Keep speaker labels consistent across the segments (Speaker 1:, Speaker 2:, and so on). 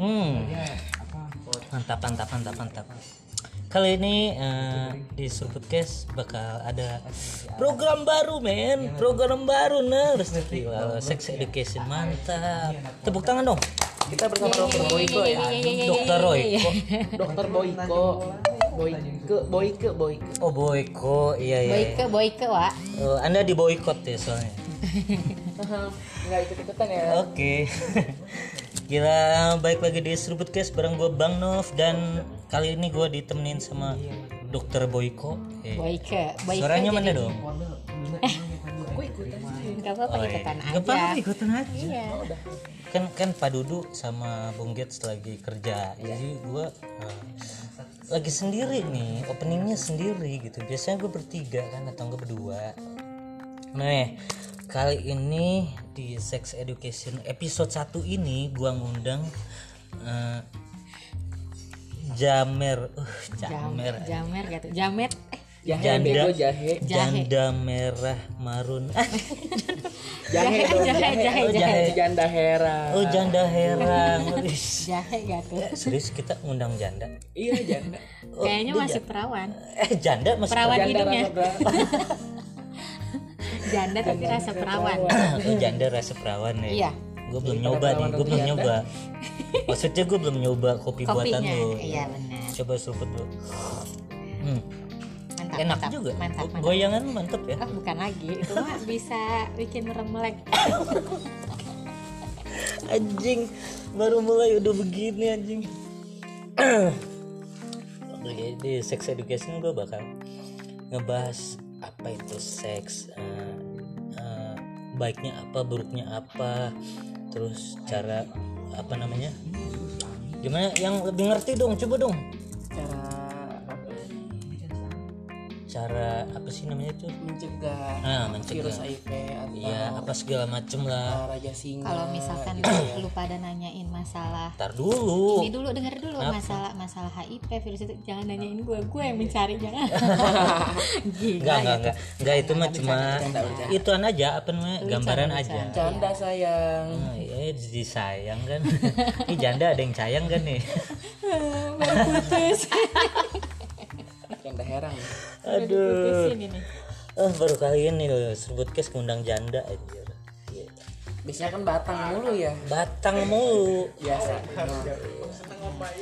Speaker 1: hmm. Mantap, mantap, mantap, mantap. Kali ini eh, di Surbut Case bakal ada program baru, men. Program baru, ner. Gila, Sex education, mantap. Tepuk tangan dong.
Speaker 2: Kita bersama Dokter Boyko ya.
Speaker 1: Dokter Roy.
Speaker 2: Dokter Boyko. Boyke, Boyke, Boyke.
Speaker 1: Oh, boyko. Iya, iya. iya.
Speaker 3: Boyke, Boyke, Wak.
Speaker 1: Eh, anda di boykot ya soalnya.
Speaker 2: Enggak ikut-ikutan ya.
Speaker 1: Oke. Gila, baik lagi di Seruput Case bareng gue Bang Nov dan kali ini gue ditemenin sama Dokter Boyko. Eh,
Speaker 3: Boyke, Boyke.
Speaker 1: Suaranya mana
Speaker 3: jadi-
Speaker 1: dong?
Speaker 3: Nggak apa-apa ikutan
Speaker 1: Gak Oh,
Speaker 3: aja.
Speaker 1: iya. apa-apa ikutan aja.
Speaker 3: Iya.
Speaker 1: Kan kan Pak Dudu sama Bung Gets lagi kerja. Jadi gue eh, lagi sendiri nih, openingnya sendiri gitu. Biasanya gue bertiga kan atau gue berdua. Nah, kali ini di Sex Education episode 1 ini gua ngundang eh, Jamer, uh, Jamer,
Speaker 3: Jamer gitu. Jamet. Eh,
Speaker 2: Jahe,
Speaker 1: Janda.
Speaker 2: bego jahe.
Speaker 3: Jahe.
Speaker 1: Janda merah marun. Ah,
Speaker 3: Jahe,
Speaker 2: Jahe dong,
Speaker 3: jahe, jahe,
Speaker 2: Oh, jahe.
Speaker 1: jahe.
Speaker 2: Janda hera.
Speaker 1: oh, janda herang. Ih,
Speaker 3: Jahe
Speaker 1: Oh,
Speaker 3: gitu.
Speaker 1: Serius kita ngundang janda.
Speaker 2: Iya, janda.
Speaker 1: Oh,
Speaker 3: Kayaknya
Speaker 1: dia
Speaker 3: masih perawan.
Speaker 1: Eh, janda masih
Speaker 3: Perawan
Speaker 2: Janda
Speaker 3: hidungnya.
Speaker 2: rasa berapa?
Speaker 3: Janda tapi rasa perawan.
Speaker 1: oh, janda rasa perawan ya.
Speaker 3: Iya.
Speaker 1: Gue belum nyoba nih,
Speaker 2: perawan
Speaker 1: gue
Speaker 2: dan
Speaker 1: belum
Speaker 2: janda.
Speaker 1: nyoba. Maksudnya gue belum nyoba kopi buatan
Speaker 3: Kopinya.
Speaker 1: lo.
Speaker 3: Iya, benar.
Speaker 1: Coba seruput dulu. Hmm.
Speaker 3: Mantap,
Speaker 1: enak
Speaker 3: mantap,
Speaker 1: juga Oh,
Speaker 3: Mantap, mantap.
Speaker 1: goyangan lu mantep ya
Speaker 3: Oh, bukan lagi. Itu mah bisa bikin remlek.
Speaker 1: anjing baru mulai udah begini anjing Oke, di sex education gue bakal ngebahas apa itu seks eh, eh, baiknya apa buruknya apa terus cara apa namanya gimana yang lebih ngerti dong coba dong
Speaker 2: Cara apa?
Speaker 1: cara apa sih namanya itu
Speaker 2: mencegah
Speaker 1: nah mencegah
Speaker 2: virus HIV atau
Speaker 1: ya apa segala macem lah
Speaker 2: uh, raja singa. Gitu.
Speaker 3: Kalau misalkan lu pada nanyain masalah
Speaker 1: ntar dulu
Speaker 3: ini dulu denger dulu masalah masalah HIV virus itu jangan nanyain
Speaker 1: Nah.
Speaker 3: gue gue yang
Speaker 1: Iya.
Speaker 3: mencari jangan gila
Speaker 1: Enggak, enggak, enggak. Enggak itu mah cuma ituan aja apa namanya? gambaran aja.
Speaker 2: Janda sayang.
Speaker 1: Nah, ya disayang kan. Ini janda ada yang sayang kan nih.
Speaker 2: Janda herang.
Speaker 1: Aduh.
Speaker 3: Ini nih.
Speaker 1: Eh, baru kali ini loh sebut kes ngundang janda aja.
Speaker 2: Biasanya kan batang mulu ya.
Speaker 1: Batang mulu.
Speaker 2: Biasa. Nah,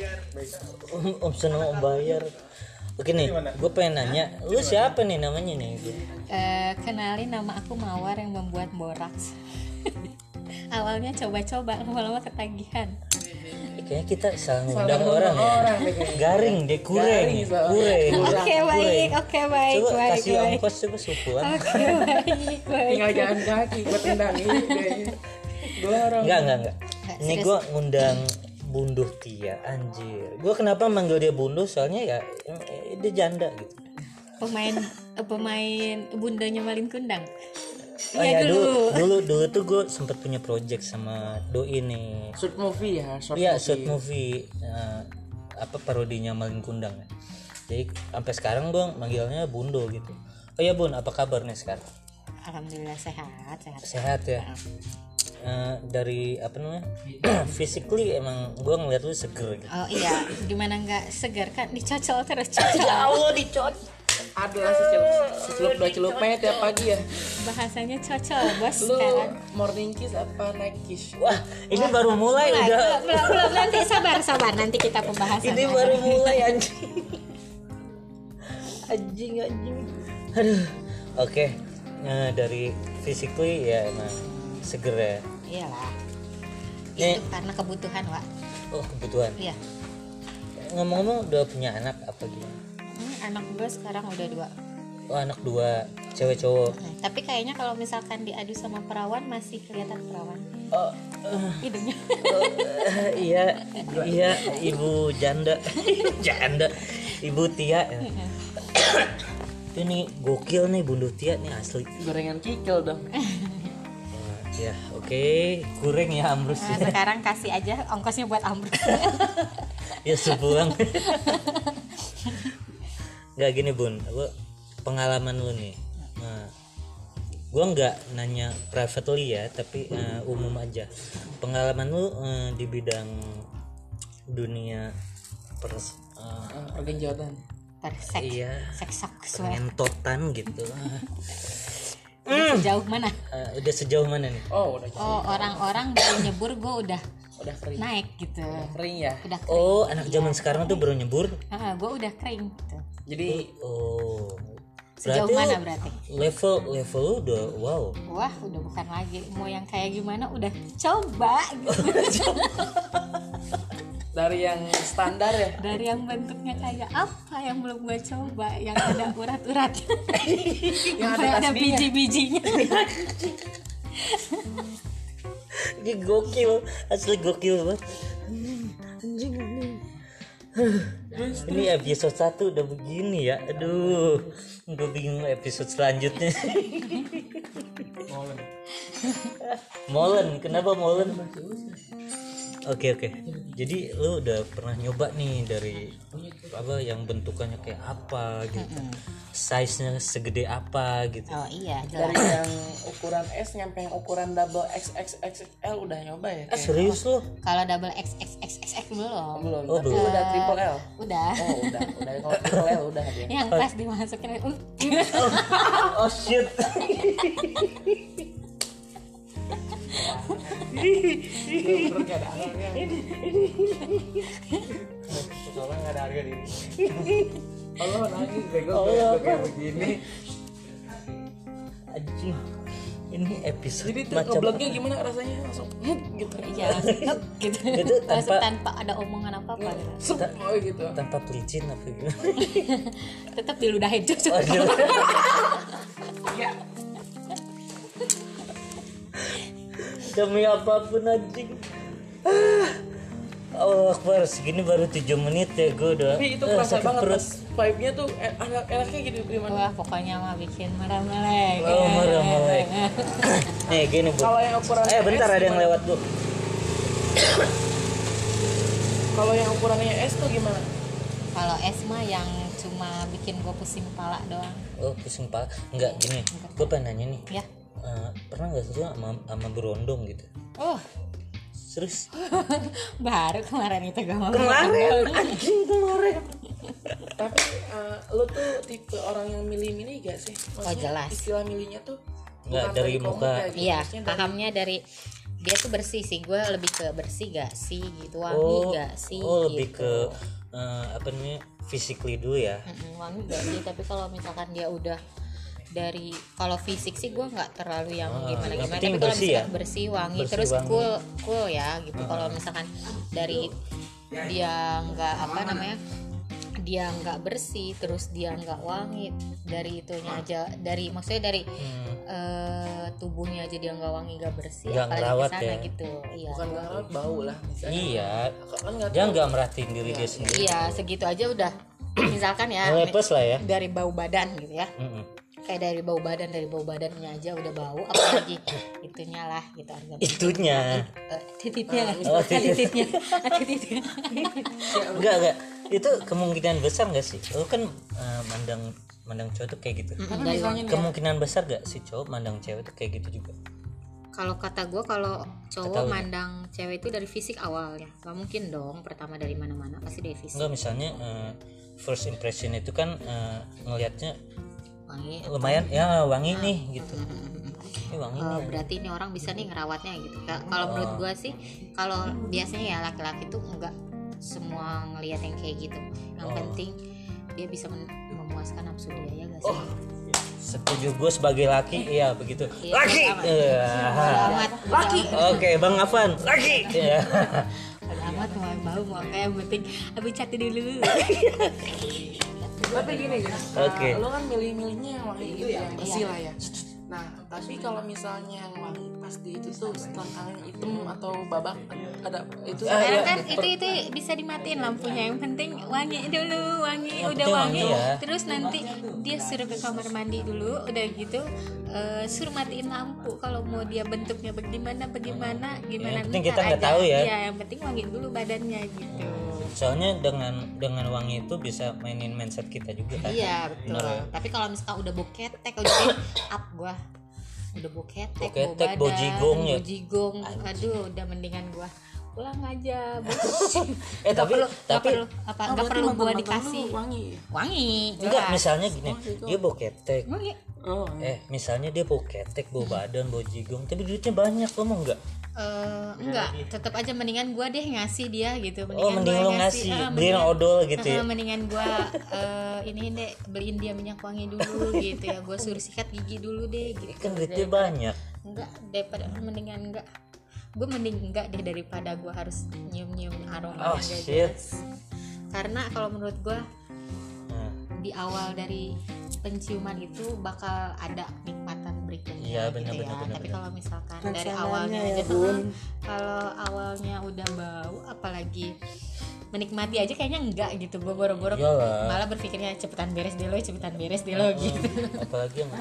Speaker 1: Om, om seneng om bayar. Oke nih, gue pengen nanya, lu siapa nih namanya nih?
Speaker 3: Eh, kenalin nama aku Mawar yang membuat boraks awalnya coba-coba lama-lama ketagihan
Speaker 1: Eh, Kayaknya kita salah ngundang orang ya. Garing deh, kureng,
Speaker 2: Garing,
Speaker 1: ya.
Speaker 2: soalnya.
Speaker 1: kureng.
Speaker 3: oke baik oke baik
Speaker 1: Coba
Speaker 3: baik
Speaker 1: kasih
Speaker 3: baik
Speaker 1: ongkos coba sukuan.
Speaker 3: oke baik baik
Speaker 2: tinggal jalan kaki buat tendang ini kayaknya. dorong
Speaker 1: Enggak, enggak, enggak.
Speaker 3: Enggak,
Speaker 1: Ini
Speaker 3: serius.
Speaker 1: gue ngundang Bunduh Tia, anjir. Gue kenapa manggil dia Bunduh? Soalnya ya eh, dia janda gitu.
Speaker 3: pemain eh, pemain bundanya Malin Kundang
Speaker 1: Oh
Speaker 3: Iya,
Speaker 1: ya dulu, dulu, dulu tuh gue sempet punya project sama Doi nih.
Speaker 2: short movie ya short
Speaker 1: Iya,
Speaker 2: movie
Speaker 1: short movie eh, apa parodinya Malin Kundang. ya. Jadi sampai sekarang gue manggilnya Bundo gitu. Oh ya Bun, apa kabarnya sekarang?
Speaker 3: alhamdulillah sehat sehat
Speaker 1: Sehat ya. Eh, dari apa namanya? Physically emang gue ngeliat lu seger gitu.
Speaker 3: Oh iya, gimana nggak segar kan dicocol terus cocol.
Speaker 1: Allah dicocok.
Speaker 2: adalah secelup secelup dua celupnya tiap pagi ya
Speaker 3: Bahasanya cocol bos
Speaker 2: lu
Speaker 3: sekarang.
Speaker 2: morning kiss apa night kiss
Speaker 1: Wah, ini baru mulai
Speaker 3: Belum,
Speaker 1: udah.
Speaker 3: belum, Nah, belum, belum. nanti sabar sabar nanti kita pembahasan.
Speaker 1: Ini baru mulai anjing. anjing anjing. Aduh. Oke. Nah, dari physically ya emang seger ya.
Speaker 3: Iyalah.
Speaker 1: Ini
Speaker 3: Itu karena kebutuhan, Wak.
Speaker 1: oh kebutuhan.
Speaker 3: Iya.
Speaker 1: Ngomong-ngomong udah punya anak apa gimana?
Speaker 3: Hmm, anak gue sekarang udah dua.
Speaker 1: Oh, anak dua, cewek cowok.
Speaker 3: Nah, Hmm. tapi kayaknya kalau misalkan diadu sama perawan masih kelihatan perawan
Speaker 1: Oh,
Speaker 3: hidungnya.
Speaker 1: eh, iya, iya, ibu janda, janda, ibu Tia. ya. Ini gokil nih Bunda Tia nih asli.
Speaker 2: gorengan kikil dong
Speaker 1: Ya, oke, kuring ya Amrus.
Speaker 3: Nah, sekarang kasih aja ongkosnya buat ambruk.
Speaker 1: ya sebuang. Gak gini bun, aku pengalaman lu nih. Nah, gue nggak nanya privately ya tapi eh, umum aja pengalaman lu eh, di bidang dunia pers eh,
Speaker 2: Eh, pergenjotan
Speaker 3: persek
Speaker 1: iya
Speaker 3: seksak sesuai
Speaker 1: pengentotan gitu
Speaker 3: jauh mana
Speaker 1: Eh, udah sejauh mana nih
Speaker 2: oh udah
Speaker 3: oh orang-orang baru nyebur gue udah
Speaker 2: udah kering
Speaker 3: naik gitu
Speaker 2: kering ya
Speaker 3: udah kering
Speaker 1: oh anak zaman sekarang tuh baru nyebur
Speaker 3: gue udah kering gitu.
Speaker 2: jadi
Speaker 1: oh
Speaker 3: sejauh
Speaker 1: Berarti lu-
Speaker 3: mana berarti
Speaker 1: level level lu udah wow
Speaker 3: wah udah bukan lagi mau yang kayak gimana udah coba gitu.
Speaker 2: dari yang standar ya
Speaker 3: dari yang bentuknya kayak apa yang belum gue coba yang ada urat-urat yang
Speaker 2: ada
Speaker 3: ada,
Speaker 2: tasbihnya.
Speaker 3: biji-bijinya
Speaker 1: Dia gokil, asli gokil banget. Anjing anjing. Ini episode 1 udah begini ya. Aduh, gue bingung episode selanjutnya. Molen, kenapa Molen? Oke oke. Jadi lu udah pernah nyoba nih dari apa yang bentukannya kayak apa gitu. Size-nya segede apa gitu.
Speaker 3: oh iya
Speaker 2: dari
Speaker 3: jelas
Speaker 2: yang ukuran S nyampe yang ukuran double XXXXL udah nyoba ya
Speaker 1: Ah,
Speaker 2: kayak
Speaker 1: serius lu?
Speaker 3: kalau double x x x x x belum
Speaker 2: belum
Speaker 1: Oh,
Speaker 2: tapi
Speaker 1: belum.
Speaker 2: udah triple L
Speaker 3: udah
Speaker 2: oh udah udah kalau triple L udah dia
Speaker 3: yang pas dimasukin uh,
Speaker 1: Oh shit.
Speaker 2: Bener-bener gak ada harganya Soalnya gak ada harga di ini Allah nangis bego
Speaker 1: Allah,
Speaker 2: bego kayak begini
Speaker 1: Anjing. Ini episode
Speaker 2: Jadi tuh
Speaker 1: macam
Speaker 2: ngebloknya gimana rasanya langsung hit gitu
Speaker 3: iya langsung, gitu
Speaker 1: Itu
Speaker 3: Langsung
Speaker 1: tanpa-
Speaker 3: tanpa ada omongan apa apa gitu.
Speaker 2: Sup, oh gitu
Speaker 1: tanpa pelicin apa gimana
Speaker 3: tetap diludahin cucu
Speaker 1: Aduh. demi apapun anjing Allah Akbar segini baru 7 menit ya gue udah
Speaker 2: Tapi itu
Speaker 1: eh,
Speaker 2: kerasa
Speaker 1: sakit
Speaker 2: banget
Speaker 1: perut.
Speaker 2: pas vibe-nya tuh en- enak enaknya gitu gimana
Speaker 3: wah pokoknya mah bikin marah melek
Speaker 1: Oh, marah melek. nih gini bu
Speaker 2: Kalau yang ukuran
Speaker 1: eh bentar
Speaker 2: S
Speaker 1: ada yang
Speaker 2: gimana?
Speaker 1: lewat bu
Speaker 2: Kalau yang ukurannya S tuh gimana?
Speaker 3: kalau es mah yang cuma bikin gue pusing pala doang
Speaker 1: oh pusing pala enggak gini gue pengen nanya nih
Speaker 3: ya
Speaker 1: Eh, pernah nggak sih lu sama, sama berondong gitu
Speaker 3: oh
Speaker 1: serius
Speaker 3: baru kemarin itu gue mau
Speaker 1: kemarin anjing kemarin
Speaker 2: Tapi eh, lo tuh tipe orang yang milih-milih gak sih? Maksudnya
Speaker 3: Oh, jelas.
Speaker 2: Istilah milihnya tuh
Speaker 1: Nggak,
Speaker 2: bukan
Speaker 1: dari
Speaker 2: komik
Speaker 1: muka.
Speaker 2: ya gitu.
Speaker 3: Iya,
Speaker 2: Maksudnya dari-
Speaker 3: pahamnya dari dia tuh bersih sih. Gue lebih ke bersih gak sih gitu, wangi
Speaker 1: oh,
Speaker 3: gak sih
Speaker 1: oh
Speaker 3: gitu.
Speaker 1: lebih ke eh, apa namanya physically dulu ya
Speaker 3: Mm-mm, wangi gak sih. Tapi kalau misalkan dia udah dari kalau fisik sih gue nggak terlalu yang
Speaker 1: Ah,
Speaker 3: gimana
Speaker 1: yang
Speaker 3: gimana
Speaker 1: penting
Speaker 3: tapi kalau
Speaker 1: bersih
Speaker 3: misalkan
Speaker 1: ya?
Speaker 3: bersih wangi
Speaker 1: Bersih,
Speaker 3: terus
Speaker 1: wangi. Ah.
Speaker 3: cool cool ya gitu kalau misalkan dari dia nggak apa namanya dia nggak bersih terus dia nggak wangi dari itunya
Speaker 1: Ah.
Speaker 3: aja dari maksudnya dari
Speaker 1: Hmm.
Speaker 3: eh, tubuhnya aja dia nggak wangi nggak bersih
Speaker 1: Nggak
Speaker 3: apalagi
Speaker 1: ngerawat
Speaker 3: ke sana
Speaker 1: ya.
Speaker 3: gitu iya
Speaker 2: Bukan gak ngerawat bau lah misalnya.
Speaker 1: Iya,
Speaker 2: Kan gak
Speaker 1: dia nggak merhatiin diri dia sendiri.
Speaker 3: iya segitu aja udah misalkan ya
Speaker 1: Mulai plus lah ya.
Speaker 3: dari bau badan gitu ya
Speaker 1: Mm-mm.
Speaker 3: kayak dari bau badan dari bau badannya aja udah bau apalagi itunya lah gitu organ
Speaker 1: Itunya,
Speaker 3: Eh, titiknya lah
Speaker 1: Oh, titik.
Speaker 3: titiknya titiknya
Speaker 1: enggak enggak. Itu kemungkinan besar nggak sih? Lu kan eh, mandang mandang cowok tuh kayak gitu.
Speaker 2: Tapi misalnya nih,
Speaker 1: Kemungkinan besar gak sih cowok mandang cewek tuh kayak gitu juga?
Speaker 3: kalau kata gue kalau
Speaker 1: Kata
Speaker 3: cowok
Speaker 1: lu.
Speaker 3: mandang cewek itu dari fisik awalnya nggak mungkin dong pertama dari mana-mana pasti dari fisik
Speaker 1: Enggak misalnya eh, first impression itu kan eh, ngelihatnya Oh,
Speaker 3: wangi
Speaker 1: lumayan ya
Speaker 3: Ah.
Speaker 1: wangi nih gitu. Ini ya. Oh. wangi
Speaker 3: Oh,
Speaker 1: nih.
Speaker 3: berarti ini orang bisa nih ngerawatnya gitu. Ka- Kalau menurut gua sih, kalau biasanya ya laki-laki tuh nggak semua ngelihat yang kayak gitu. Yang
Speaker 1: Oh.
Speaker 3: penting dia bisa men- memuaskan nafsu dia ya guys.
Speaker 2: Oh,
Speaker 1: Setuju gue sebagai laki, iya begitu.
Speaker 3: Iya,
Speaker 1: Laki.
Speaker 3: sama.
Speaker 1: Iya.
Speaker 3: Selamat laki.
Speaker 1: Oke, Bang Afan, laki. Iya.
Speaker 3: Selamat mau bau mau kayak yang penting habis cati dulu.
Speaker 2: tapi gini ya.
Speaker 1: Oke.
Speaker 2: Lo kan milih-milihnya yang wangi gitu ya, yang
Speaker 3: Iya.
Speaker 2: bersih lah ya. Nah, tapi kalau misalnya yang wangi pasti itu tuh selangkangan hitam atau babak ada itu
Speaker 3: Sekarang kan itu itu bisa dimatiin lampunya. Yang penting wangi dulu, wangi
Speaker 1: Yang
Speaker 3: udah
Speaker 1: penting
Speaker 3: wangi.
Speaker 1: wangi ya.
Speaker 3: Terus nanti dia suruh ke kamar mandi dulu, udah gitu eh, suruh matiin lampu kalau mau dia bentuknya bagaimana bagaimana gimana
Speaker 1: Yang penting
Speaker 3: ntar
Speaker 1: kita nggak
Speaker 3: ada.
Speaker 1: tahu ya.
Speaker 3: Iya, yang penting wangi dulu badannya gitu.
Speaker 1: soalnya dengan dengan wangi itu bisa mainin mindset kita juga kan
Speaker 3: Iya betul. Tapi kalau misalkan udah boketek udah up gua. udah boketek,
Speaker 1: Boketek,
Speaker 3: bobadan,
Speaker 1: bojigong ya.
Speaker 3: bojigong.
Speaker 1: Anjing.
Speaker 3: aduh udah mendingan gua pulang aja bosen.
Speaker 1: Eh,
Speaker 3: Nggak
Speaker 1: tapi-
Speaker 3: perlu, nggak
Speaker 1: tapi-
Speaker 3: perlu apa nggak perlu gua dikasih
Speaker 2: wangi
Speaker 3: wangi
Speaker 1: enggak
Speaker 3: jelas.
Speaker 1: misalnya gini
Speaker 2: gitu.
Speaker 1: dia boketek
Speaker 3: wangi
Speaker 2: oh
Speaker 1: eh misalnya dia boketek bau badan bau jigong tapi duitnya banyak lo mau nggak
Speaker 3: Eh, enggak tetap aja mendingan gua deh ngasih dia gitu
Speaker 1: iya. oh mending
Speaker 3: gua
Speaker 1: lo ngasih
Speaker 3: ah,
Speaker 1: beliin
Speaker 3: mendingan-
Speaker 1: odol gitu ya
Speaker 3: Eh, mendingan gua eh, ini deh beliin dia minyak wangi dulu gitu ya gua suruh sikat gigi dulu deh gitu
Speaker 1: kan duitnya
Speaker 3: Daripada-
Speaker 1: banyak
Speaker 3: enggak daripada mendingan enggak gue mending enggak deh daripada gue harus nyium nyium aroma
Speaker 1: Oh,
Speaker 3: yang
Speaker 1: shit.
Speaker 3: gak jelas. karena kalau menurut gue
Speaker 1: Nah,
Speaker 3: di awal dari penciuman itu bakal ada nikmatan
Speaker 1: Iya, benar,
Speaker 3: berikutnya
Speaker 1: benar,
Speaker 3: gitu ya
Speaker 1: benar,
Speaker 3: tapi
Speaker 1: benar.
Speaker 3: kalau misalkan dari
Speaker 2: Rencananya
Speaker 3: awalnya
Speaker 2: ya,
Speaker 3: aja
Speaker 2: Bun.
Speaker 3: kalau awalnya udah bau apalagi menikmati aja kayaknya enggak gitu gue boro-boro
Speaker 1: Iyalah.
Speaker 3: malah berpikirnya cepetan beres deh lo cepetan beres deh lo gitu
Speaker 1: apalagi yang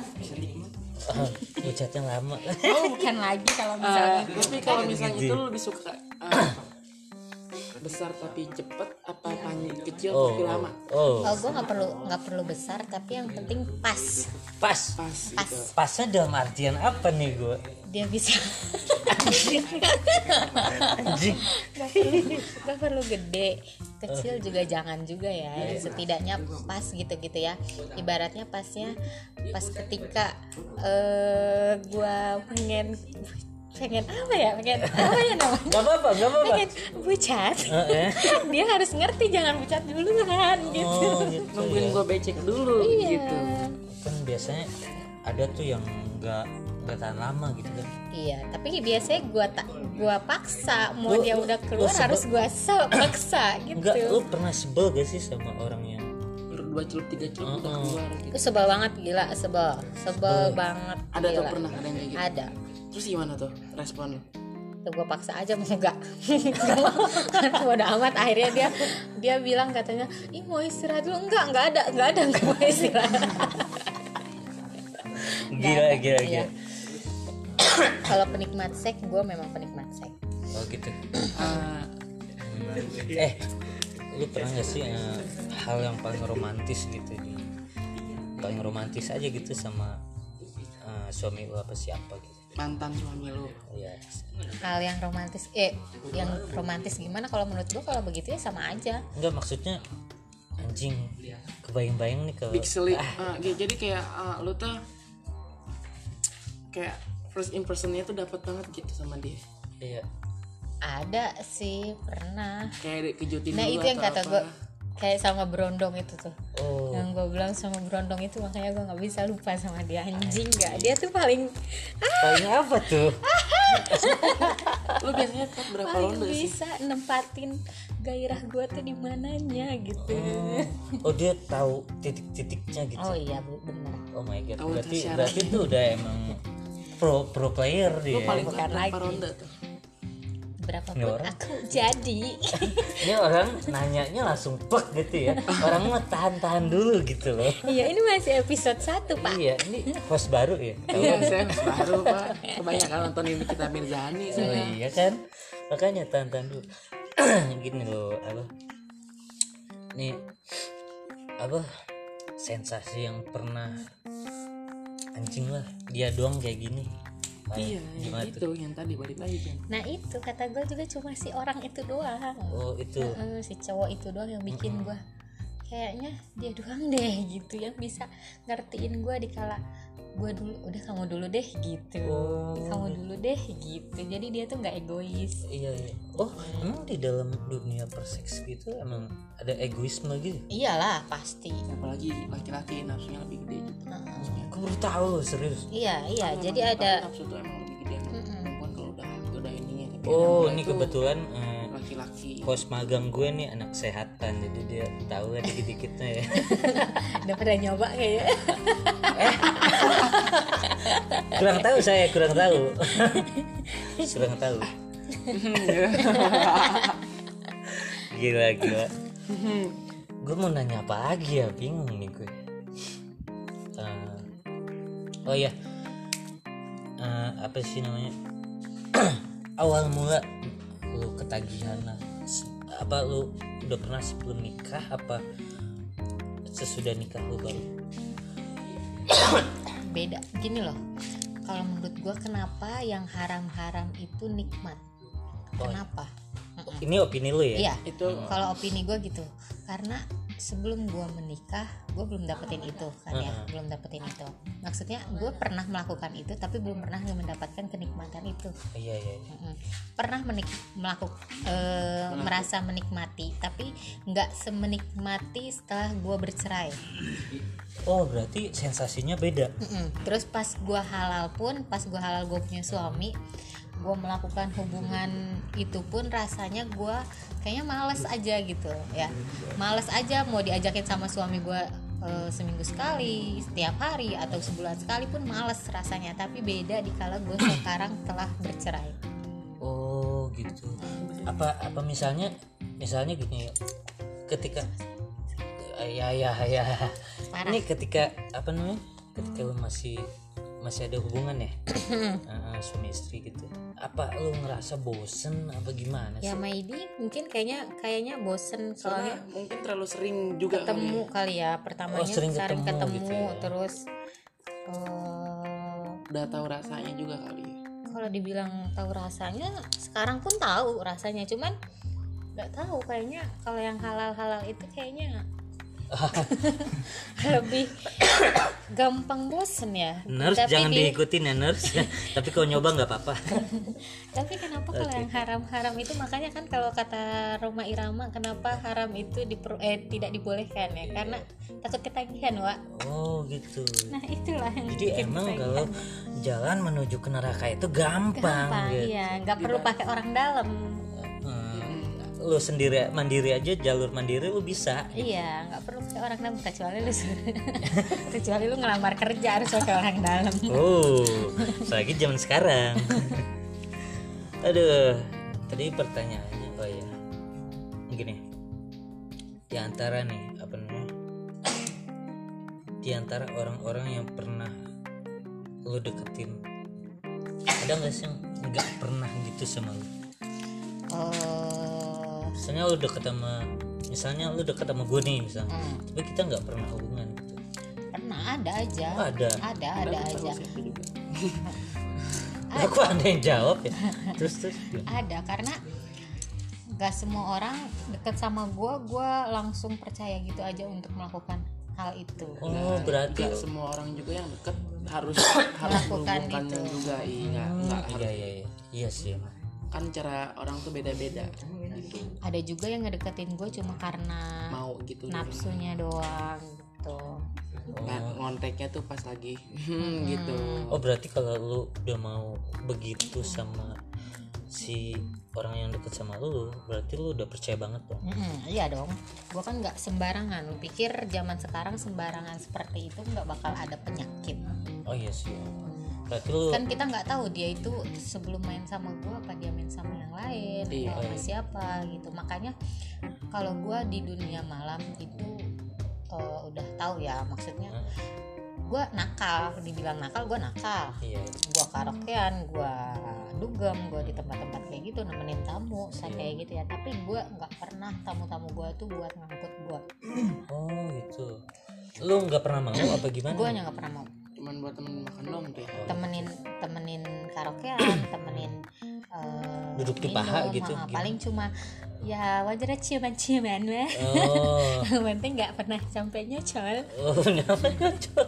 Speaker 1: Ah, ucatnya lama
Speaker 3: oh bukan lagi kalau misalnya
Speaker 2: iya. tapi kalau misalnya itu lu
Speaker 1: gitu.
Speaker 2: lebih suka eh, besar tapi cepet apa panjang kecil
Speaker 1: oh
Speaker 2: tapi lama
Speaker 1: oh
Speaker 3: Oh, gue nggak perlu nggak perlu besar, tapi yang penting pas.
Speaker 1: pas
Speaker 2: pas gitu
Speaker 1: pasnya dalam artian apa nih gue
Speaker 3: Dia bisa.
Speaker 1: anjing
Speaker 3: Nggak perlu, nggak perlu gede, kecil juga jangan juga ya. Setidaknya pas gitu-gitu ya. Ibaratnya pasnya pas ketika eh gua pengen pengen apa ya pengen apa ya namanya
Speaker 1: nggak apa-apa nggak apa-apa
Speaker 3: pengen bucat
Speaker 1: Eh, eh.
Speaker 3: dia harus ngerti jangan bucat duluan gitu
Speaker 1: oh gitu
Speaker 2: nungguin
Speaker 1: ya.
Speaker 2: gue becek dulu gitu
Speaker 1: kan biasanya ada tuh yang nggak nggak tahan lama gitu kan
Speaker 3: Iya, tapi biasanya gua tak gua paksa mau
Speaker 1: Lu-
Speaker 3: dia
Speaker 1: lu-
Speaker 3: udah
Speaker 1: lu
Speaker 3: keluar
Speaker 1: sebe-
Speaker 3: harus gua se- paksa gitu.
Speaker 1: enggak lu pernah sebel gak sih sama orang yang
Speaker 2: baru dua celup tiga celup udah keluar gitu
Speaker 3: Itu sebel banget gila, sebel, sebel banget.
Speaker 2: ada tuh
Speaker 3: gila.
Speaker 2: pernah ada yang kayak gitu
Speaker 3: Ada.
Speaker 2: terus gimana tuh respon lu
Speaker 3: Tuh gua paksa aja mau enggak. Bodoh amat akhirnya dia dia bilang katanya, "Ih, mau istirahat dulu." Enggak, enggak ada, enggak ada, enggak mau istirahat.
Speaker 1: gila
Speaker 3: Nggak ada,
Speaker 1: gila
Speaker 3: iya.
Speaker 1: gila
Speaker 3: Kalau penikmat seks, gua memang penikmat seks.
Speaker 1: oh gitu
Speaker 2: Eh,
Speaker 1: eh lu pernah gak sih eh, hal yang paling romantis gitu di paling romantis aja gitu sama eh, suami lu apa siapa gitu
Speaker 2: mantan suami lu
Speaker 1: ya
Speaker 3: Hal yang romantis eh yang romantis gimana kalau menurut gua kalau begitu ya sama aja.
Speaker 1: enggak maksudnya anjing kebayang-bayang nih kalau
Speaker 2: big sleep Ah, j- jadi kayak ah, lu tuh kayak first impressionnya tuh dapat banget gitu sama dia
Speaker 1: iya
Speaker 3: Ada sih pernah.
Speaker 2: kayak dikejutin
Speaker 3: Nah
Speaker 2: dulu
Speaker 3: itu yang
Speaker 2: atau
Speaker 3: kata
Speaker 2: apa.
Speaker 3: gue kayak sama Brondong itu tuh.
Speaker 1: oh
Speaker 3: Yang gue bilang sama Brondong itu makanya gue nggak bisa lupa sama dia anjing nggak. Dia tuh paling
Speaker 1: paling apa tuh
Speaker 2: lu biasanya cut berapa
Speaker 3: paling
Speaker 2: ronde sih
Speaker 3: bisa nempatin gairah gue tuh di mananya gitu.
Speaker 1: oh dia tahu titik-titiknya gitu
Speaker 3: Oh iya bu- bener.
Speaker 1: oh my god
Speaker 2: Tahu
Speaker 1: berarti
Speaker 2: syarat.
Speaker 1: berarti tuh udah emang pro pro player dia
Speaker 2: lu
Speaker 1: ya?
Speaker 2: paling
Speaker 3: gitu.
Speaker 2: cut
Speaker 3: bukan
Speaker 2: berapa
Speaker 3: lagi.
Speaker 2: ronde tuh
Speaker 3: Berapa
Speaker 1: Ini
Speaker 3: pun
Speaker 1: orang.
Speaker 3: aku jadi.
Speaker 1: ini orang nanyanya langsung plek gitu ya orang mah tahan-tahan dulu gitu loh
Speaker 3: Iya ini masih episode 1 pak.
Speaker 1: Iya, ini host baru ya. Tahu?
Speaker 2: Iya, saya baru pak kebanyakan nonton ini kita Mirzani
Speaker 1: Oh,
Speaker 2: saya
Speaker 1: iya kan? Makanya tantan dulu. Gini loh, apa? Nih apa? Sensasi yang pernah anjing lah dia doang kayak gini. Wah,
Speaker 2: iya
Speaker 1: gimana
Speaker 2: itu
Speaker 1: tuh?
Speaker 2: yang tadi balik lagi kan
Speaker 3: Nah itu kata gue juga cuma si orang itu doang.
Speaker 1: Oh itu
Speaker 3: Heeh, Eh, si cowok itu doang yang bikin gua kayaknya dia doang deh gitu yang bisa ngertiin gua di kala gue dulu udah kamu dulu deh gitu
Speaker 1: Oh.
Speaker 3: kamu dulu deh gitu jadi dia tuh nggak egois
Speaker 1: iya iya. Oh emang di dalam dunia perseks gitu emang ada egoisme gitu?
Speaker 3: iyalah pasti
Speaker 2: apalagi laki-laki nafsunya lebih gede gitu
Speaker 1: Aku baru tahu loh serius.
Speaker 3: iya iya jadi
Speaker 2: Emang
Speaker 3: ada
Speaker 2: nafsu tuh emang lebih gede perempuan kalau udah udah ininya tapi
Speaker 1: Oh ini
Speaker 2: yang mulai Iya, tuh
Speaker 1: kebetulan eh,
Speaker 2: laki-laki
Speaker 1: Kos magang gue nih anak kesehatan jadi dia tahu lah dikit-dikitnya ya.
Speaker 3: udah pernah nyoba kayaknya
Speaker 1: kurang tahu saya kurang tahu. kurang tahu.
Speaker 2: Iya.
Speaker 1: Gila gila. Gue mau nanya apa lagi ya bingung nih gue. Eh, oh ya. Eh, apa sih namanya? Awal mula lu ketagihan lah. Se- Apa lu udah pernah sebelum nikah apa sesudah nikah lu baru?
Speaker 3: beda gini loh kalau menurut gua kenapa yang haram-haram itu nikmat kenapa Mm-mm.
Speaker 1: ini opini lu ya
Speaker 3: Iya,
Speaker 2: Itu
Speaker 3: kalau opini gue gitu karena sebelum gue menikah gue belum dapetin itu kan ya
Speaker 1: Heeh.
Speaker 3: belum dapetin itu maksudnya gue pernah melakukan itu tapi belum pernah mendapatkan kenikmatan itu
Speaker 1: iya iya, iya.
Speaker 3: Mm-mm. pernah menik melakukan merasa menikmati tapi nggak semenikmati setelah gue bercerai
Speaker 1: oh berarti sensasinya beda
Speaker 3: Mm-mm. terus pas gue halal pun pas gue halal gue punya suami gue melakukan hubungan itu pun rasanya gue kayaknya males aja gitu ya males aja mau diajakin sama suami gue seminggu sekali setiap hari atau sebulan sekali pun males rasanya tapi beda dikala gue sekarang telah bercerai
Speaker 1: oh gitu apa apa misalnya misalnya gini ketika ya ya ya
Speaker 3: Parah.
Speaker 1: ini ketika apa namanya ketika lu masih masih ada hubungan ya Eh, suami istri gitu apa lu ngerasa bosen apa gimana sih
Speaker 3: ya Maidi mungkin kayaknya kayaknya bosen soalnya
Speaker 2: soalnya mungkin terlalu sering juga
Speaker 3: ketemu
Speaker 2: kali
Speaker 3: kali ya
Speaker 1: Oh,
Speaker 3: pertamanya sering
Speaker 1: sering
Speaker 3: ketemu,
Speaker 1: ketemu gitu ya.
Speaker 3: terus eh,
Speaker 2: ya. udah tahu rasanya juga kali ya.
Speaker 3: kalau dibilang tahu rasanya sekarang pun tahu rasanya cuman nggak tahu kayaknya kalau yang halal halal itu kayaknya lebih gampang bosen ya
Speaker 1: Nurse
Speaker 3: tapi
Speaker 1: jangan
Speaker 3: di-
Speaker 1: diikutin ya nurse. Tapi kalau nyoba nggak apa-apa.
Speaker 3: tapi kenapa kalau yang haram haram itu makanya kan kalau kata Roma Irama kenapa haram itu diper, eh, tidak dibolehkan ya karena takut ketagihan wa
Speaker 1: Oh gitu.
Speaker 3: nah itulah yang
Speaker 1: Jadi
Speaker 3: bikin
Speaker 1: emang
Speaker 3: ketagihan.
Speaker 1: kalau jalan menuju ke neraka itu gampang,
Speaker 3: gampang
Speaker 1: gitu.
Speaker 3: ya nggak perlu pakai orang dalam
Speaker 1: Hmm, lu sendiri mandiri aja jalur mandiri lu bisa.
Speaker 3: Iya, nggak perlu pakai orang dalam kecuali lu suruh- kecuali lu ngelamar kerja harus pakai orang dalam.
Speaker 1: Oh, apalagi zaman sekarang. Aduh, tadi pertanyaannya oh ya. Gini. Di antara nih apa namanya? Di antara orang-orang yang pernah lu deketin ada nggak sih yang nggak pernah gitu sama lu?
Speaker 3: Oh,
Speaker 1: Misalnya lu deket sama misalnya lu deket sama gue nih misalnya, tapi kita nggak pernah hubungan gitu.
Speaker 3: Hmm, pernah ada aja.
Speaker 1: Oh, ada.
Speaker 3: Ada, ada aja.
Speaker 2: Siapa juga.
Speaker 1: Aku ada yang jawab ya. Terus terus. ya. gimana?
Speaker 3: Ada karena nggak semua orang deket sama gua, gua langsung percaya gitu aja untuk melakukan hal itu.
Speaker 1: Oh, berarti
Speaker 2: Nggak semua orang juga yang deket harus harus
Speaker 3: Iya. Melakukan
Speaker 2: menghubungkannya
Speaker 3: itu.
Speaker 2: juga iya nggak
Speaker 1: Iya iya iya. Iya sih emang.
Speaker 2: kan cara orang tuh beda-beda
Speaker 3: Iya. Ada juga yang ngedeketin gue cuma karena
Speaker 2: mau gitu
Speaker 3: nafsunya doang gitu.
Speaker 2: Nah, ngonteknya tuh pas lagi hmm, gitu
Speaker 1: Oh berarti kalau lu udah mau begitu sama si orang yang deket sama lu, berarti lu udah percaya banget dong.
Speaker 3: Mm-mm, iya dong, gue kan nggak sembarangan. Lu pikir zaman sekarang sembarangan seperti itu nggak bakal ada penyakit?
Speaker 1: Oh iya sih. Berarti lu
Speaker 3: Kan kita nggak tahu dia itu sebelum main sama gue apa dia main sama yang lain,
Speaker 2: Iya.
Speaker 3: atau sama siapa gitu. Makanya kalau gue di dunia malam itu eh, udah tahu ya maksudnya. Gue nakal, dibilang nakal gue nakal.
Speaker 1: iya.
Speaker 3: Gue karaokean, gue dugem, gue di tempat-tempat kayak gitu nemenin tamu, saya
Speaker 1: Iya.
Speaker 3: kayak gitu ya. Tapi gue nggak pernah tamu-tamu gue tuh buat ngangkut gue.
Speaker 1: Oh gitu. Lu nggak pernah mau apa gimana?
Speaker 3: gue hanya nggak pernah mau
Speaker 2: cuman buat temen makan dong tuh ya.
Speaker 3: temenin temenin karaokean temenin eh,
Speaker 1: Duduk di paha
Speaker 3: minum,
Speaker 1: gitu,
Speaker 3: ah,
Speaker 1: gimana?
Speaker 3: paling cuma ya wajar ciuman ciuman lah
Speaker 1: Oh.
Speaker 3: penting nggak pernah sampai nyocol
Speaker 1: Oh, namanya cowok.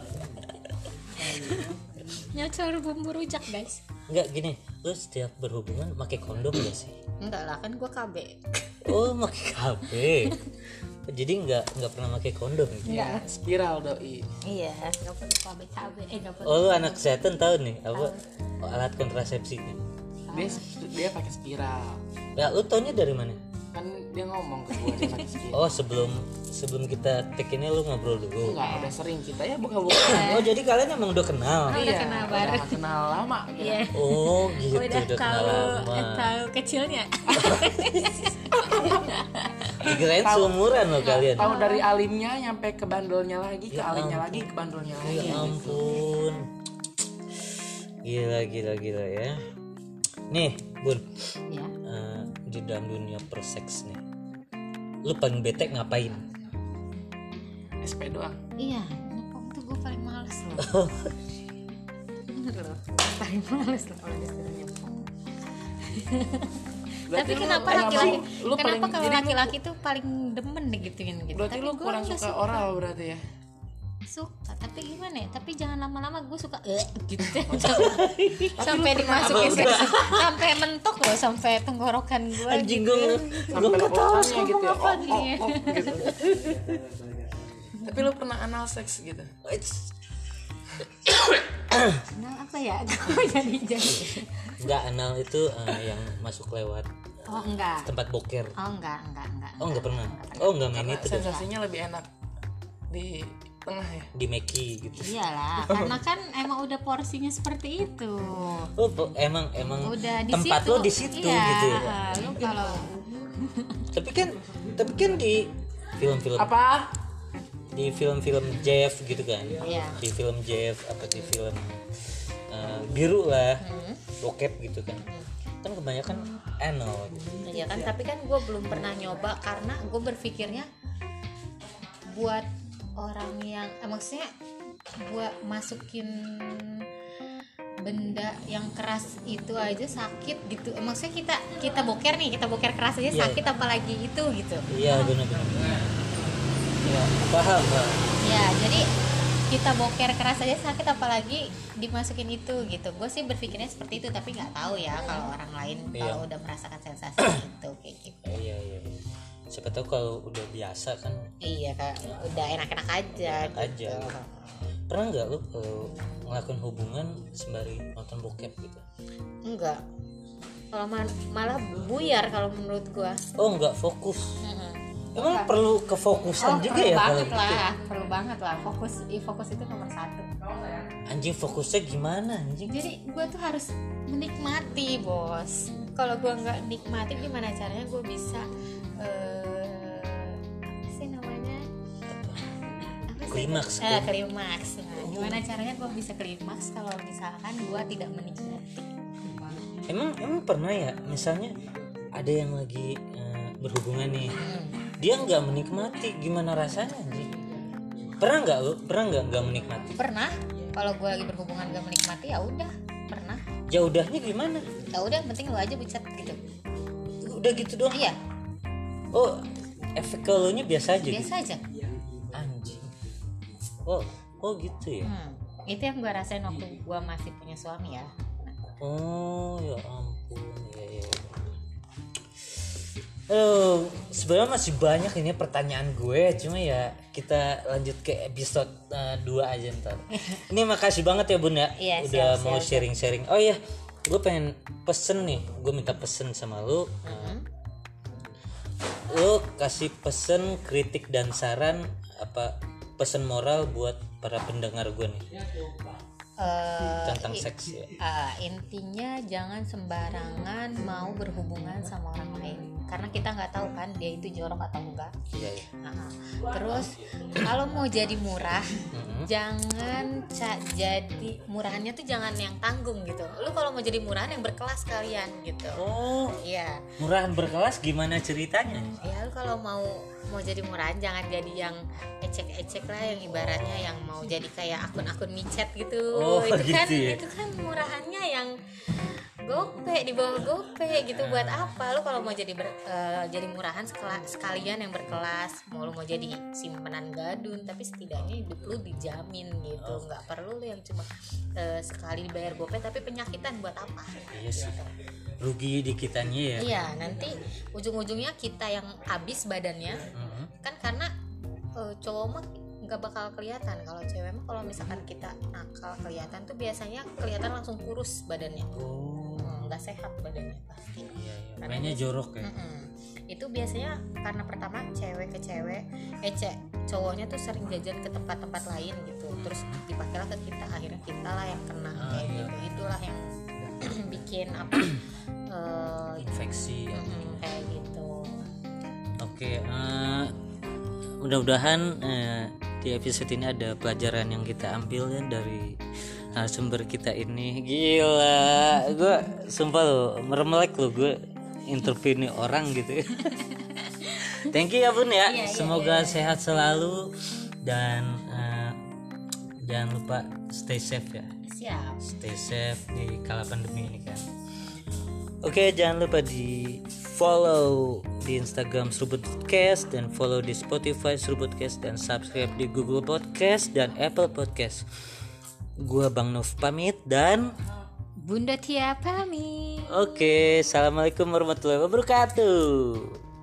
Speaker 3: nyocol bumbu rujak guys
Speaker 1: Nggak gini, lu setiap berhubungan pakai kondom gak sih?
Speaker 3: enggak lah kan gue KB
Speaker 1: Oh, pakai KB. Jadi nggak nggak pernah pakai kondom gitu.
Speaker 3: enggak
Speaker 2: Iya, spiral doi
Speaker 3: iya nggak perlu KB KB eh nggak perlu
Speaker 1: Oh, lu anak kesehatan tahu nih apa oh, alat kontrasepsinya.
Speaker 2: dia dia pakai spiral
Speaker 1: Ya, lu taunya dari mana?
Speaker 2: kan dia ngomong ke gue dia pakai spiral
Speaker 1: Oh sebelum sebelum kita take ini lu ngobrol dulu.
Speaker 2: nggak udah sering kita ya buka-buka
Speaker 1: Oh jadi kalian emang udah kenal.
Speaker 3: Ah, udah kenal baru.
Speaker 2: udah kenal lama gitu.
Speaker 3: iya
Speaker 1: Oh gitu udah,
Speaker 3: udah
Speaker 1: kenal
Speaker 3: tahu
Speaker 1: lama.
Speaker 3: tahu kecilnya
Speaker 1: Dikirain seumuran lo kalian.
Speaker 2: tahu dari alimnya nyampe ke bandolnya lagi
Speaker 1: Iya.
Speaker 2: ke alimnya lagi ke bandolnya lagi
Speaker 1: Ya ampun. Gila gila gila ya. Nih bun
Speaker 3: ya
Speaker 1: eh, di dalam dunia perseks nih. Lu paling bete ngapain?
Speaker 2: SP doang
Speaker 3: iya ngepom tuh gue paling males loh bener loh paling males loh kalau disuruh nyepong tapi kenapa laki-laki kenapa kalau laki-laki tuh paling demen digituin gitu
Speaker 2: berarti
Speaker 3: tapi
Speaker 2: lu
Speaker 3: gua
Speaker 2: kurang
Speaker 3: nggak
Speaker 2: suka oral berarti ya
Speaker 3: suka tapi gimana ya tapi jangan lama-lama gue suka eh gitu Sampai- sampai dimasukin ke sampai mentok loh sampai tenggorokan gitu. gue
Speaker 1: anjing gue gue
Speaker 2: sampai
Speaker 1: nggak tahu harus
Speaker 2: lepotannya gitu ya
Speaker 3: ngomong apa
Speaker 2: Oh, oh,
Speaker 3: nih.
Speaker 2: oh, gitu. Oh, tapi lu pernah anal seks gitu
Speaker 3: kenal apa ya gue jadi jadi
Speaker 1: nggak anal itu eh, yang masuk lewat
Speaker 3: oh enggak
Speaker 1: tempat boker
Speaker 3: oh enggak enggak enggak
Speaker 1: oh nggak pernah oh nggak main itu deh.
Speaker 2: sensasinya lebih enak di tengah ya
Speaker 1: di Meki gitu
Speaker 3: iyalah karena kan emang udah porsinya seperti itu
Speaker 1: oh po- emang emang
Speaker 3: udah di
Speaker 1: tempat
Speaker 3: situ
Speaker 1: lo di situ
Speaker 3: Iya,
Speaker 1: gitu ya
Speaker 3: lu kalau
Speaker 1: tapi kan tapi kan di film-film
Speaker 2: apa
Speaker 1: di film-film Jeff gitu kan
Speaker 3: Iya.
Speaker 1: di film Jeff apa di film eh, biru lah
Speaker 3: Hmm.
Speaker 1: bokep gitu kan kan kebanyakan anal gitu.
Speaker 3: ya kan tapi kan gue belum pernah nyoba karena gue berpikirnya buat orang yang eh, maksudnya buat masukin benda yang keras itu aja sakit gitu Eh, maksudnya kita kita boker nih kita boker keras aja
Speaker 1: Iya.
Speaker 3: sakit apalagi itu gitu
Speaker 1: iya benar-benar iya paham Pak.
Speaker 3: ya jadi kita boker keras aja sakit apalagi dimasukin itu gitu gue sih berpikirnya seperti itu tapi nggak tahu ya kalau orang lain
Speaker 1: Iya.
Speaker 3: kalau udah merasakan sensasi itu kayak gitu
Speaker 1: Eh, iya iya benar. siapa tahu kalau udah biasa kan
Speaker 3: iya kayak udah enak-enak aja
Speaker 1: enak aja gitu. pernah nggak lu kalau ngelakuin hubungan sembari nonton bokep gitu
Speaker 3: enggak kalau ma- malah buyar kalau menurut gue
Speaker 1: oh nggak fokus emang perlu kefokusan Hmm. juga ya kalau
Speaker 3: Oh, banget
Speaker 1: gitu?
Speaker 3: lah perlu banget lah fokus i- fokus itu nomor satu
Speaker 1: anjing fokusnya gimana anjing
Speaker 3: jadi gue tuh harus menikmati bos kalau gue nggak nikmati gimana caranya gue bisa eh apa sih namanya apa sih?
Speaker 1: Klimaks,
Speaker 3: Eh,
Speaker 1: klimaks.
Speaker 3: klimaks Nah, gimana caranya gue bisa klimaks kalau misalkan gue tidak menikmati
Speaker 1: emang emang pernah ya misalnya ada yang lagi eh, berhubungan nih
Speaker 3: Hmm.
Speaker 1: dia nggak menikmati gimana rasanya anjing pernah nggak lu pernah nggak nggak menikmati
Speaker 3: pernah kalau gue lagi berhubungan gak menikmati ya udah pernah
Speaker 1: ya udahnya gimana
Speaker 3: ya udah yang penting lu aja bucat gitu
Speaker 1: udah gitu doang
Speaker 3: iya
Speaker 1: oh efek kalau nya biasa aja gitu
Speaker 3: biasa aja
Speaker 1: anjing oh oh gitu ya
Speaker 3: hmm. itu yang gue rasain waktu gue masih punya suami ya
Speaker 1: oh ya ampun ya ya Aduh, sebenarnya masih banyak ini pertanyaan gue, cuma ya kita lanjut ke episode 2 aja ntar. Ini makasih banget ya Bun ya,
Speaker 3: Iya,
Speaker 1: udah
Speaker 3: siap,
Speaker 1: mau
Speaker 3: siap, siap.
Speaker 1: sharing-sharing. Oh iya, gue pengen pesen nih, gue minta pesen sama lu.
Speaker 3: Mm-hmm.
Speaker 1: Eh, Lu kasih pesen, kritik dan saran apa pesen moral buat para pendengar gue nih
Speaker 3: Iya. Eh,
Speaker 1: tentang
Speaker 3: i-
Speaker 1: seks ya.
Speaker 3: eh, intinya jangan sembarangan mau berhubungan sama orang lain karena kita nggak tahu kan dia itu jorok atau enggak
Speaker 1: Iya ya.
Speaker 3: Ah, terus kalau mau jadi murah
Speaker 1: Mhm.
Speaker 3: jangan ca- jadi murahannya tuh jangan yang tanggung gitu lu kalau mau jadi murahan yang berkelas kalian gitu
Speaker 1: Oh,
Speaker 3: iya
Speaker 1: murahan berkelas gimana ceritanya?
Speaker 3: ya lu kalau mau mau jadi murahan jangan jadi yang ecek-ecek lah yang ibaratnya yang mau jadi kayak akun-akun micet gitu
Speaker 1: Oh,
Speaker 3: itu kan
Speaker 1: gitu ya.
Speaker 3: itu kan murahannya yang gope di bawah gope
Speaker 1: Nah.
Speaker 3: gitu buat apa lu kalau mau jadi ber- eh, jadi murahan sekela- sekalian yang berkelas mau lu mau jadi simpenan gadun tapi setidaknya hidup lu dijamin gitu
Speaker 1: Oh.
Speaker 3: nggak perlu lu yang cuma eh, sekali dibayar gope tapi penyakitan buat apa
Speaker 1: Iya sih. Rugi di kitanya ya.
Speaker 3: Iya, nanti ujung-ujungnya kita yang habis badannya
Speaker 1: Mhm.
Speaker 3: kan karena eh, cowok mah nggak bakal kelihatan kalau cewek mah kalau misalkan kita nakal kelihatan tuh biasanya kelihatan langsung kurus badannya
Speaker 1: Oh,
Speaker 3: Hmm, nggak sehat badannya pasti.
Speaker 1: iya, iya. Mainnya jorok ya.
Speaker 3: Mm-mm. Itu biasanya karena pertama cewek ke cewek, eh ce- cowoknya tuh sering jajan ke tempat-tempat lain gitu. Terus dipakailah ke kita, akhirnya kita lah yang kena
Speaker 1: Ah,
Speaker 3: kayak
Speaker 1: iya.
Speaker 3: gitu. Itulah yang bikin apa eh,
Speaker 1: Infeksi. ya.
Speaker 3: mm, kayak gitu.
Speaker 1: Oke, eh, mudah-mudahan eh, di episode ini ada pelajaran yang kita ambil ya dari eh, sumber kita ini. Gila, gue sumpah lo meremelek lo gue interview ini orang gitu. Thank you ya Bun ya.
Speaker 3: Iya, iya,
Speaker 1: Semoga sehat selalu dan eh, jangan lupa stay safe ya.
Speaker 3: Siap. siap
Speaker 1: stay safe di kala pandemi ini kan Oke, jangan lupa di follow di Instagram Serubut Podcast dan follow di Spotify Serubut Podcast dan subscribe di Google Podcast dan Apple Podcast. Gua Bang Nov pamit dan
Speaker 3: Bunda Tia pamit
Speaker 1: oke, assalamualaikum warahmatullahi wabarakatuh.